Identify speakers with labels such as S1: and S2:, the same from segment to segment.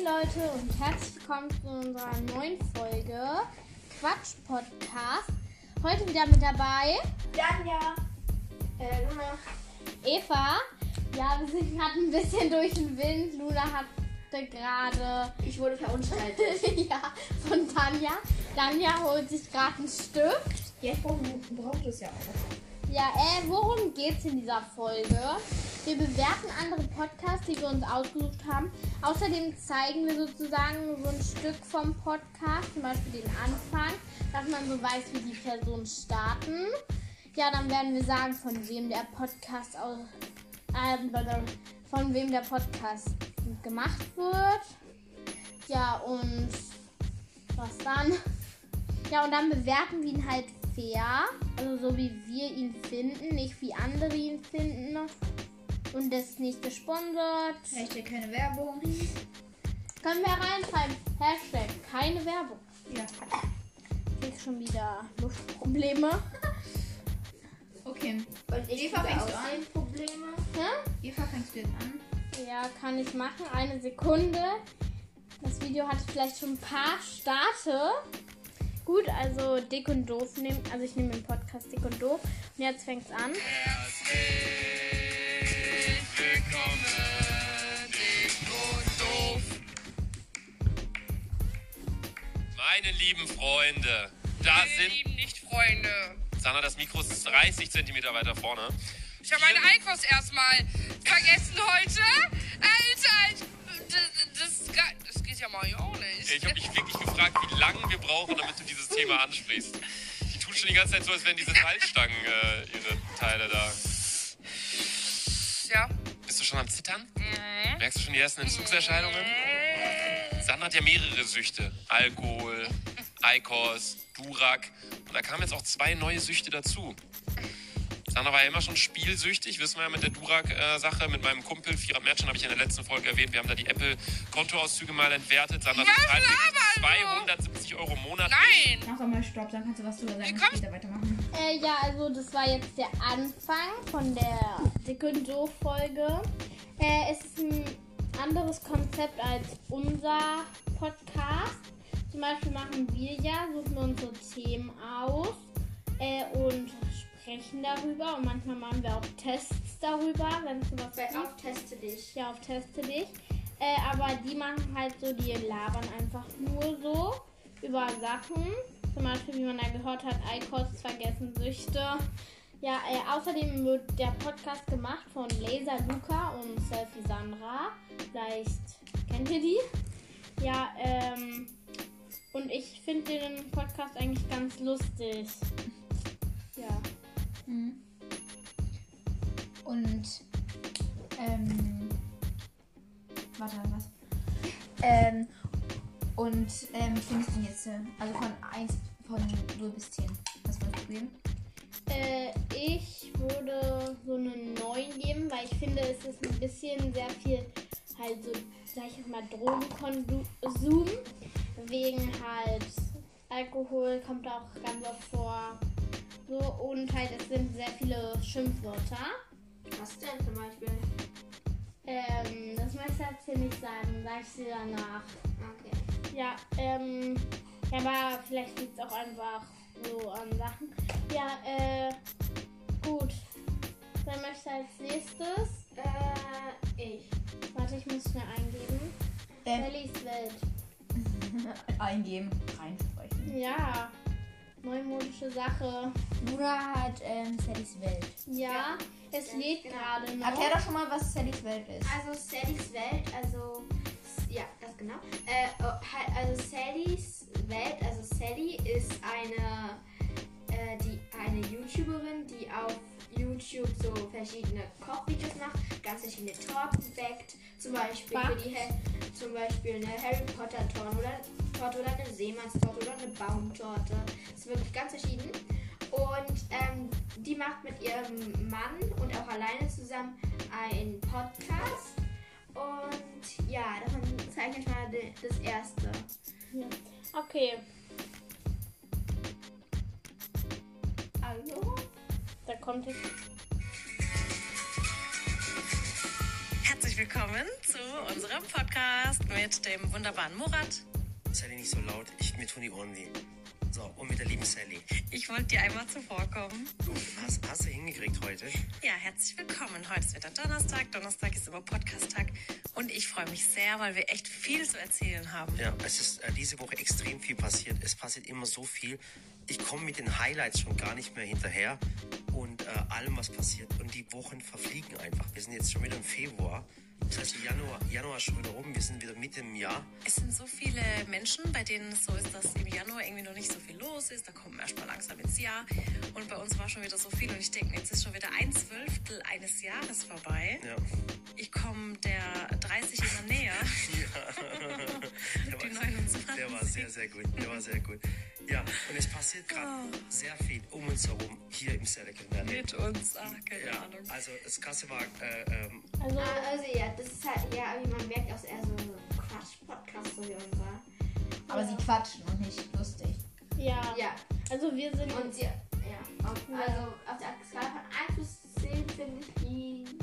S1: Leute und herzlich willkommen zu unserer neuen Folge Quatsch Podcast. Heute wieder mit dabei
S2: Danja. Äh, Luna.
S1: Eva. Ja, wir sind gerade ein bisschen durch den Wind. Luna hatte gerade
S2: Ich wurde verunstaltet.
S1: ja, von Tanja. Tanja holt sich gerade einen Stift.
S2: Jetzt braucht, braucht es ja auch.
S1: Ja, äh, worum geht's in dieser Folge? Wir bewerten andere Podcasts, die wir uns ausgesucht haben. Außerdem zeigen wir sozusagen so ein Stück vom Podcast, zum Beispiel den Anfang, dass man so weiß, wie die Personen starten. Ja, dann werden wir sagen, von wem der Podcast aus, ähm, von wem der Podcast gemacht wird. Ja, und was dann? Ja, und dann bewerten wir ihn halt fair. Also so wie wir ihn finden, nicht wie andere ihn finden. Und das ist nicht gesponsert.
S2: Rechte keine Werbung.
S1: Können wir reinschreiben. Hashtag keine Werbung.
S2: Ja.
S1: Ich krieg schon wieder Luftprobleme.
S3: Okay,
S2: Und ich
S3: Eva, fängst du an?
S2: Probleme.
S1: Hä?
S3: Eva, fängst du jetzt an?
S1: Ja, kann ich machen. Eine Sekunde. Das Video hat vielleicht schon ein paar Starte. Gut, also dick und doof nehmen. Also ich nehme den Podcast dick und doof. Und jetzt fängt's an.
S4: Herzlich willkommen, dick und doof. Meine lieben Freunde, da
S5: Wir
S4: sind.
S5: lieben nicht Freunde.
S4: Sandra, das Mikro ist 30 Zentimeter weiter vorne.
S5: Ich habe meinen Einkaufs erstmal vergessen heute. Alter, das, das, das geht ja mal hier auch nicht.
S4: Ich habe mich wirklich gefragt, wie lange wir brauchen, damit du dieses Thema ansprichst. Die tun schon die ganze Zeit so, als wären diese Teilstangen äh, ihre Teile da.
S5: ja.
S4: Bist du schon am Zittern? Merkst du schon die ersten Entzugserscheinungen?
S5: Äh.
S4: Sandra hat ja mehrere Süchte. Alkohol, Eikos, Durak. Und da kamen jetzt auch zwei neue Süchte dazu. Sandra war ja immer schon spielsüchtig, wissen wir ja mit der Durak-Sache. Mit meinem Kumpel, Firat Merchant, habe ich ja in der letzten Folge erwähnt. Wir haben da die Apple-Kontoauszüge mal entwertet. Sandra
S5: Was
S4: zahlt wirklich
S5: laberst du?
S4: 270 Euro im Monat.
S5: Nein.
S3: Mach doch mal Stopp, dann kannst du was drüber sagen.
S5: kommst-
S3: später weitermachen.
S1: Äh, ja, also das war jetzt der Anfang von der Sekundärfolge. Äh, es ist ein anderes Konzept als unser Podcast. Zum Beispiel machen wir ja, suchen uns so Themen aus äh, und sprechen darüber. Und manchmal machen wir auch Tests darüber, wenn es sowas gibt.
S2: teste dich.
S1: Ja, auf Teste dich. Äh, aber die machen halt so, die labern einfach nur so über Sachen. Zum Beispiel, wie man da gehört hat, Eikost vergessen Süchte. Ja, äh, außerdem wird der Podcast gemacht von Laser Luca und Selfie Sandra. Vielleicht kennt ihr die. Ja, ähm. Und ich finde den Podcast eigentlich ganz lustig. Ja.
S3: Und, ähm, warte, was? Ähm, und, ähm, findest du ihn jetzt, äh, also von 1, von 0 bis 10. Was würdest du geben?
S1: Äh, ich würde so eine 9 geben, weil ich finde, es ist ein bisschen sehr viel, halt so, sag ich jetzt mal, Drogenkonsum. Wegen halt Alkohol kommt auch ganz oft vor. So, und halt, es sind sehr viele Schimpfwörter.
S2: Was denn zum Beispiel?
S1: Ähm, das möchte ich jetzt hier nicht sagen, sag ich dir danach.
S2: Okay.
S1: Ja, ähm, ja, aber vielleicht liegt es auch einfach so an Sachen. Ja, äh, gut. Dann möchte ich als nächstes,
S2: Äh, ich.
S1: warte, ich muss schnell eingeben.
S2: Äh.
S3: Ähm,
S1: Bellys Welt.
S3: eingeben, reinsprechen.
S1: Ja, neumodische Sache.
S3: Luna hat, ähm, Sallys Welt.
S1: Ja,
S2: Ja,
S1: es
S2: ja,
S1: lädt
S2: genau.
S1: gerade noch.
S3: Erklär doch schon mal, was Sallys Welt ist.
S2: Also Sallys Welt, also ja, das genau. Äh, oh, halt, also Sallys Welt, also Sally ist eine, äh, die, eine YouTuberin, die auf YouTube so verschiedene Kochvideos macht, ganz verschiedene Torten backt, zum Beispiel für die Hel- zum Beispiel eine Harry Potter Torte oder, Torte oder eine Seemannstorte oder eine Baumtorte. Das ist wirklich ganz verschieden. Und ähm, die macht mit ihrem Mann und auch alleine zusammen einen Podcast. Und ja, davon zeige ich euch mal de- das erste.
S1: Ja. Okay,
S2: Also,
S1: da kommt jetzt.
S6: Herzlich willkommen zu unserem Podcast mit dem wunderbaren Murat.
S7: Sally nicht so laut, ich, mir tun die Ohren weh. So, und mit der lieben Sally.
S6: Ich wollte dir einmal zuvorkommen.
S7: Hast, hast du hingekriegt heute?
S6: Ja, herzlich willkommen. Heute ist wieder Donnerstag. Donnerstag ist immer Podcast-Tag. Und ich freue mich sehr, weil wir echt viel zu erzählen haben.
S7: Ja, es ist äh, diese Woche extrem viel passiert. Es passiert immer so viel. Ich komme mit den Highlights schon gar nicht mehr hinterher und äh, allem, was passiert. Und die Wochen verfliegen einfach. Wir sind jetzt schon wieder im Februar. Das heißt, der Januar, Januar ist schon wieder oben. Wir sind wieder mitten im Jahr.
S6: Es sind so viele Menschen, bei denen es so ist, dass im Januar irgendwie noch nicht so viel los ist. Da kommen wir erstmal langsam ins Jahr. Und bei uns war schon wieder so viel. Und ich denke, jetzt ist schon wieder ein Zwölftel eines Jahres vorbei.
S7: Ja.
S6: Ich komme der 30 immer näher.
S7: Der
S6: Die 29.
S7: Der war sehr, sehr gut. Der war sehr gut. Ja, und es passiert gerade sehr viel um uns herum hier im Silicon Valley.
S6: Mit uns. Ach, keine
S7: Ja,
S6: Ahnung.
S7: also das Krasse war, äh, ähm,
S1: Also,
S2: Ah, also ja, das ist halt, ja, wie man merkt, auch eher so ein Quatsch-Podcast, so wie unser.
S3: Aber sie quatschen und nicht lustig.
S1: ja.
S2: Ja,
S1: Also, wir sind.
S2: und sie, ja, auf,
S1: Ja.
S2: also auf der Skala von 1 bis 10 finde ich ihn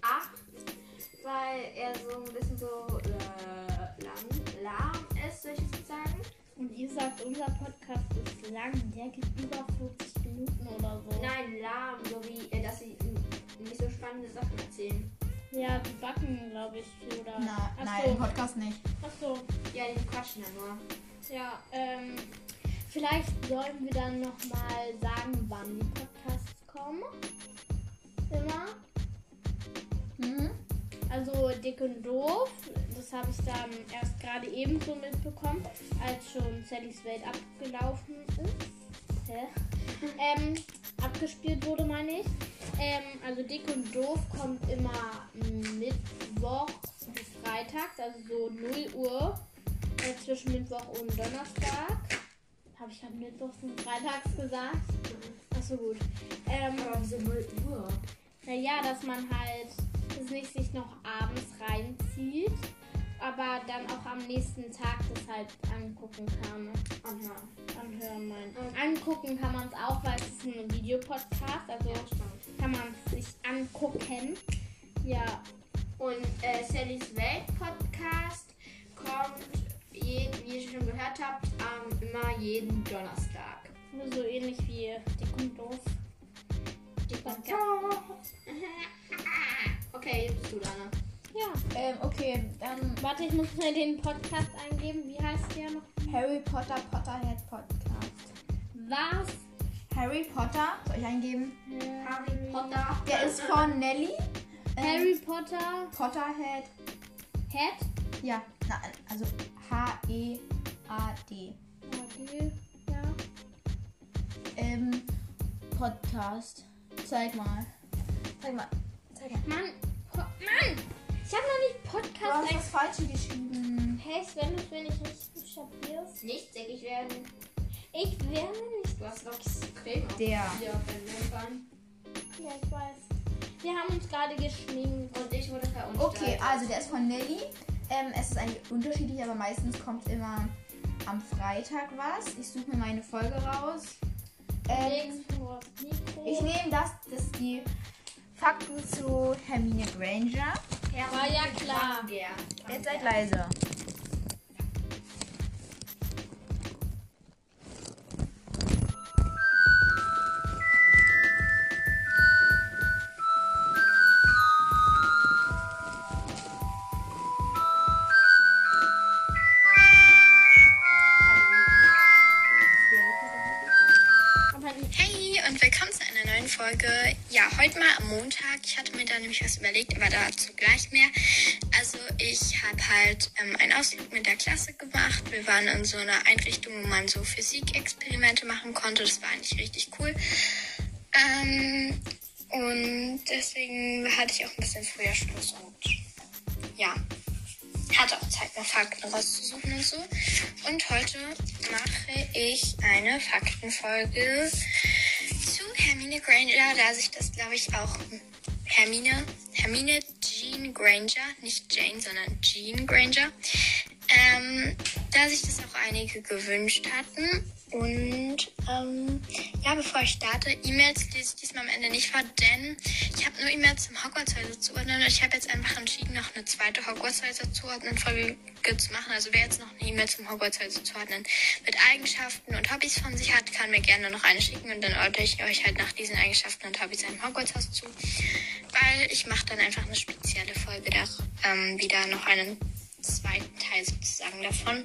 S2: 8, weil er so ein bisschen so äh, lahm, lahm ist, würde ich jetzt sagen.
S1: Und ihr sagt, unser Podcast ist lang. Der geht über 40 Minuten oder so.
S2: Nein, lahm, so wie, äh, dass sie n- nicht so spannende Sachen erzählen.
S1: Ja, die backen, glaube ich, viel, oder?
S3: Na,
S1: Ach
S3: nein,
S1: so.
S3: im Podcast nicht.
S1: Ach so.
S2: Ja, die quatschen ja nur.
S1: Ja, ähm, vielleicht sollen wir dann nochmal sagen, wann die Podcasts kommen. Immer. Also dick und doof, das habe ich dann erst gerade eben so mitbekommen, als schon Sallys Welt abgelaufen ist. Hä? ähm, abgespielt wurde, meine ich. Ähm, also dick und doof kommt immer Mittwoch bis Freitags, also so 0 Uhr äh, zwischen Mittwoch und Donnerstag. Habe ich gerade Mittwochs und Freitags gesagt? Achso, gut. Ähm,
S2: Aber wieso 0 Uhr?
S1: naja, dass man halt das nicht sich noch abends reinzieht, aber dann auch am nächsten Tag das halt angucken kann.
S2: Oh ja.
S1: Anhören, mein. Angucken kann man es auch, weil es ist ein Videopodcast, also kann man es sich angucken. Ja,
S2: Und äh, Sallys Welt Podcast kommt, je, wie ihr schon gehört habt, ähm, immer jeden Donnerstag.
S1: so ähnlich wie Dick und Doof.
S2: Die Podcast. Okay, jetzt bist du ne? dran.
S1: Ja,
S3: Ähm, okay, dann
S1: warte, ich muss mal den Podcast eingeben. Wie heißt der noch?
S3: Harry Potter Potterhead Podcast.
S1: Was?
S3: Harry Potter, soll ich eingeben?
S2: Harry Potter.
S3: Der ist von Nelly. Ähm,
S1: Harry Potter
S3: Potterhead.
S1: Head?
S3: Ja, na, also E H-E-A-D.
S1: AD, ja.
S3: Ähm, Podcast. Zeig mal. Zeig mal. Zeig mal.
S1: Mann, Po- Mann! Ich habe noch nicht
S3: Du hast
S1: Podcast
S3: das Falsche geschrieben.
S1: Hey, Sven, wenn du es nicht schaffst.
S2: Nicht dreckig werden.
S1: Ich werde nicht.
S2: Du hast noch Creme auf
S3: Der.
S2: dir auf deinen Wimpern.
S1: Ja, ich weiß. Wir haben uns gerade geschminkt.
S2: Und ich wurde verunstaltet.
S3: Okay, also der ist von Nelly. Ähm, es ist eigentlich unterschiedlich, aber meistens kommt immer am Freitag was. Ich suche mir meine Folge raus.
S1: also.
S3: Ähm,
S1: Links vor das Mikro.
S3: ich nehme das, das ist die Fakten zu Hermine Granger.
S2: Herr
S1: War ja klar.
S2: Ja.
S3: Jetzt seid leise.
S8: Hey und willkommen zu einer neuen Folge. Ja, heute mal am Montag. Ich hatte mir da nämlich was überlegt, aber dazu gleich mehr. Also ich habe halt ähm, einen Ausflug mit der Klasse gemacht. Wir waren in so einer Einrichtung, wo man so Physikexperimente machen konnte. Das war eigentlich richtig cool. Ähm, und deswegen hatte ich auch ein bisschen früher Schluss und ja, hatte auch Zeit, mir Fakten rauszusuchen und so. Und heute mache ich eine Faktenfolge zu Hermine Granger, da sich das, glaube ich, auch Hermine, Hermine Jean Granger, nicht Jane, sondern Ähm, Jean Granger, ähm, da sich das auch einige gewünscht hatten. Und ähm, ja, bevor ich starte, E-Mails lese ich diesmal am Ende nicht vor, denn ich habe nur E-Mails zum Hogwarts-Häuser zuordnen und ich habe jetzt einfach entschieden, noch eine zweite Hogwarts-Häuser zuordnen-Folge zu machen. Also wer jetzt noch eine E-Mail zum Hogwarts-Häuser zuordnen mit Eigenschaften und Hobbys von sich hat, kann mir gerne noch eine schicken und dann ordne ich euch halt nach diesen Eigenschaften und Hobbys einem Hogwarts-Haus zu. Weil ich mache dann einfach eine spezielle Folge da, ähm, wieder noch einen zweiten Teil sozusagen davon.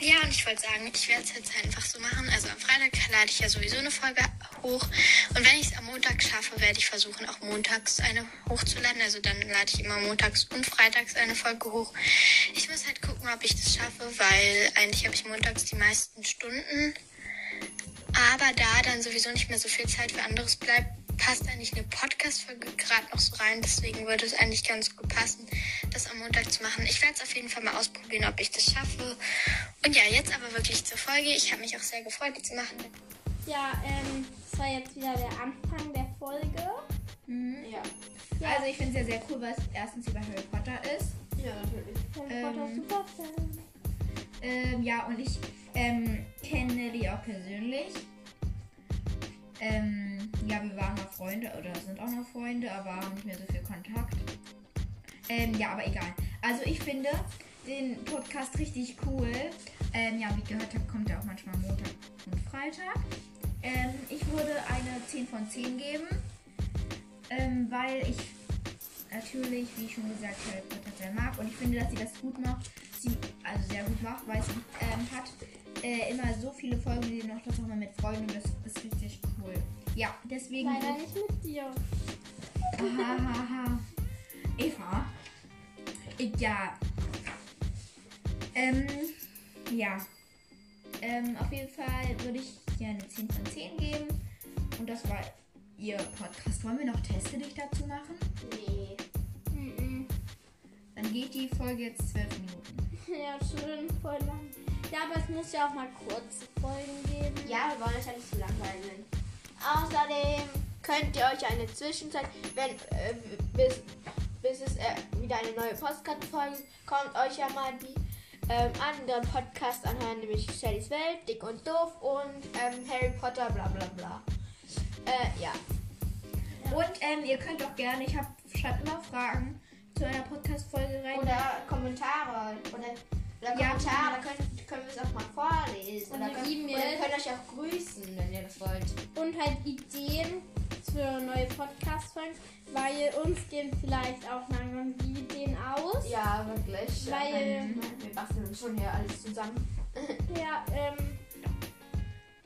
S8: Ja, und ich wollte sagen, ich werde es jetzt einfach so machen. Also am Freitag lade ich ja sowieso eine Folge hoch. Und wenn ich es am Montag schaffe, werde ich versuchen, auch montags eine hochzuladen. Also dann lade ich immer montags und freitags eine Folge hoch. Ich muss halt gucken, ob ich das schaffe, weil eigentlich habe ich montags die meisten Stunden. Aber da dann sowieso nicht mehr so viel Zeit für anderes bleibt, passt eigentlich eine Podcast-Folge gerade noch so rein. Deswegen würde es eigentlich ganz gut passen, das am Montag zu machen. Ich werde es auf jeden Fall mal ausprobieren, ob ich das schaffe. Und ja, jetzt aber wirklich zur Folge. Ich habe mich auch sehr gefreut, die zu machen.
S1: Ja, ähm, das war jetzt wieder der Anfang der Folge.
S2: Ja.
S3: Also ich finde es ja sehr cool, weil es erstens über Harry Potter ist.
S2: Ja, natürlich.
S1: Harry Potter
S3: Ähm.
S1: Superfan.
S3: Ähm, ja, und ich ähm, kenne die auch persönlich. Ähm, ja, wir waren mal Freunde oder sind auch noch Freunde, aber haben nicht mehr so viel Kontakt. Ähm, ja, aber egal. Also ich finde den Podcast richtig cool. Ähm, ja, wie ich gehört habe, kommt er auch manchmal Montag und Freitag. Ähm, ich würde eine 10 von 10 geben, ähm, weil ich natürlich, wie schon gesagt, Harry Potter sehr mag. Und ich finde, dass sie das gut macht. Sie also sehr gut macht, weil sie ähm, hat äh, immer so viele Folgen, die sie noch das nochmal mit Freunden. Das ist richtig cool. Ja, deswegen.
S1: Leider nicht mit dir.
S3: Hahaha. Eva. Äh, Ja. Ähm, ja. Ähm, auf jeden Fall würde ich dir eine 10 von 10 geben. Und das war ihr Podcast. Wollen wir noch Teste dich dazu machen?
S2: Nee.
S1: Mhm.
S3: Dann geht die Folge jetzt 12 Minuten.
S1: Ja, schön, voll lang. Ja, aber es muss ja auch mal kurze Folgen geben.
S2: Ja, wir wollen euch ja nicht zu langweilen. Außerdem könnt ihr euch eine Zwischenzeit, wenn äh, bis, bis es äh, wieder eine neue Podcast-Folge kommt, euch ja mal die ähm, anderen Podcasts anhören, nämlich Shellys Welt, Dick und Doof und ähm, Harry Potter, bla bla bla. Äh, ja.
S3: Und ähm, ihr könnt auch gerne, ich hab, schreibt immer Fragen zu einer Podcast-Folge rein.
S2: Oder Kommentare. Oder, oder
S3: Ja,
S2: Kommentare, da können, können wir es auch mal vorlesen.
S1: Und
S2: oder
S1: eine
S2: könnt,
S1: E-Mail.
S2: oder ihr könnt euch auch grüßen, wenn ihr das wollt.
S1: Und halt Ideen für neue Podcast-Folgen, weil uns gehen vielleicht auch langsam die Ideen aus.
S2: Ja, wirklich.
S1: Weil-
S2: wir basteln uns schon hier alles zusammen.
S1: Ja, ähm.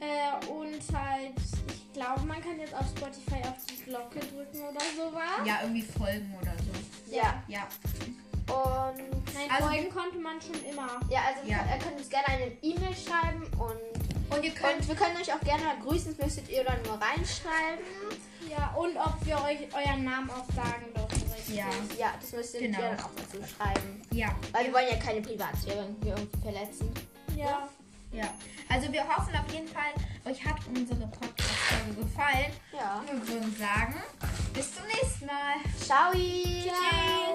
S1: Äh, und halt, ich glaube, man kann jetzt auf Spotify auf die Glocke drücken oder sowas.
S3: Ja, irgendwie Folgen oder so.
S2: Ja,
S3: Ja.
S2: und
S1: Nein,
S3: Also-
S1: Folgen konnte man schon immer.
S2: ja, also
S3: Ja.
S2: ihr könnt uns gerne eine E-Mail schreiben und,
S3: Und ihr könnt.
S2: und wir können euch auch gerne mal grüßen, das müsstet ihr dann nur reinschreiben.
S1: Ja, und ob wir euch euren Namen auch sagen dürfen. richtig.
S3: Ja.
S2: Ja, das müsstet
S3: Genau.
S2: ihr dann auch dazu schreiben.
S3: Ja.
S2: Weil wir wollen ja keine Privatsphäre hier irgendwie verletzen.
S1: Ja.
S3: Ja, also wir hoffen auf jeden Fall, euch hat unsere Podcast-Folge gefallen.
S2: Ja.
S3: Und wir würden sagen, bis zum nächsten Mal.
S2: Ciao! Ciao.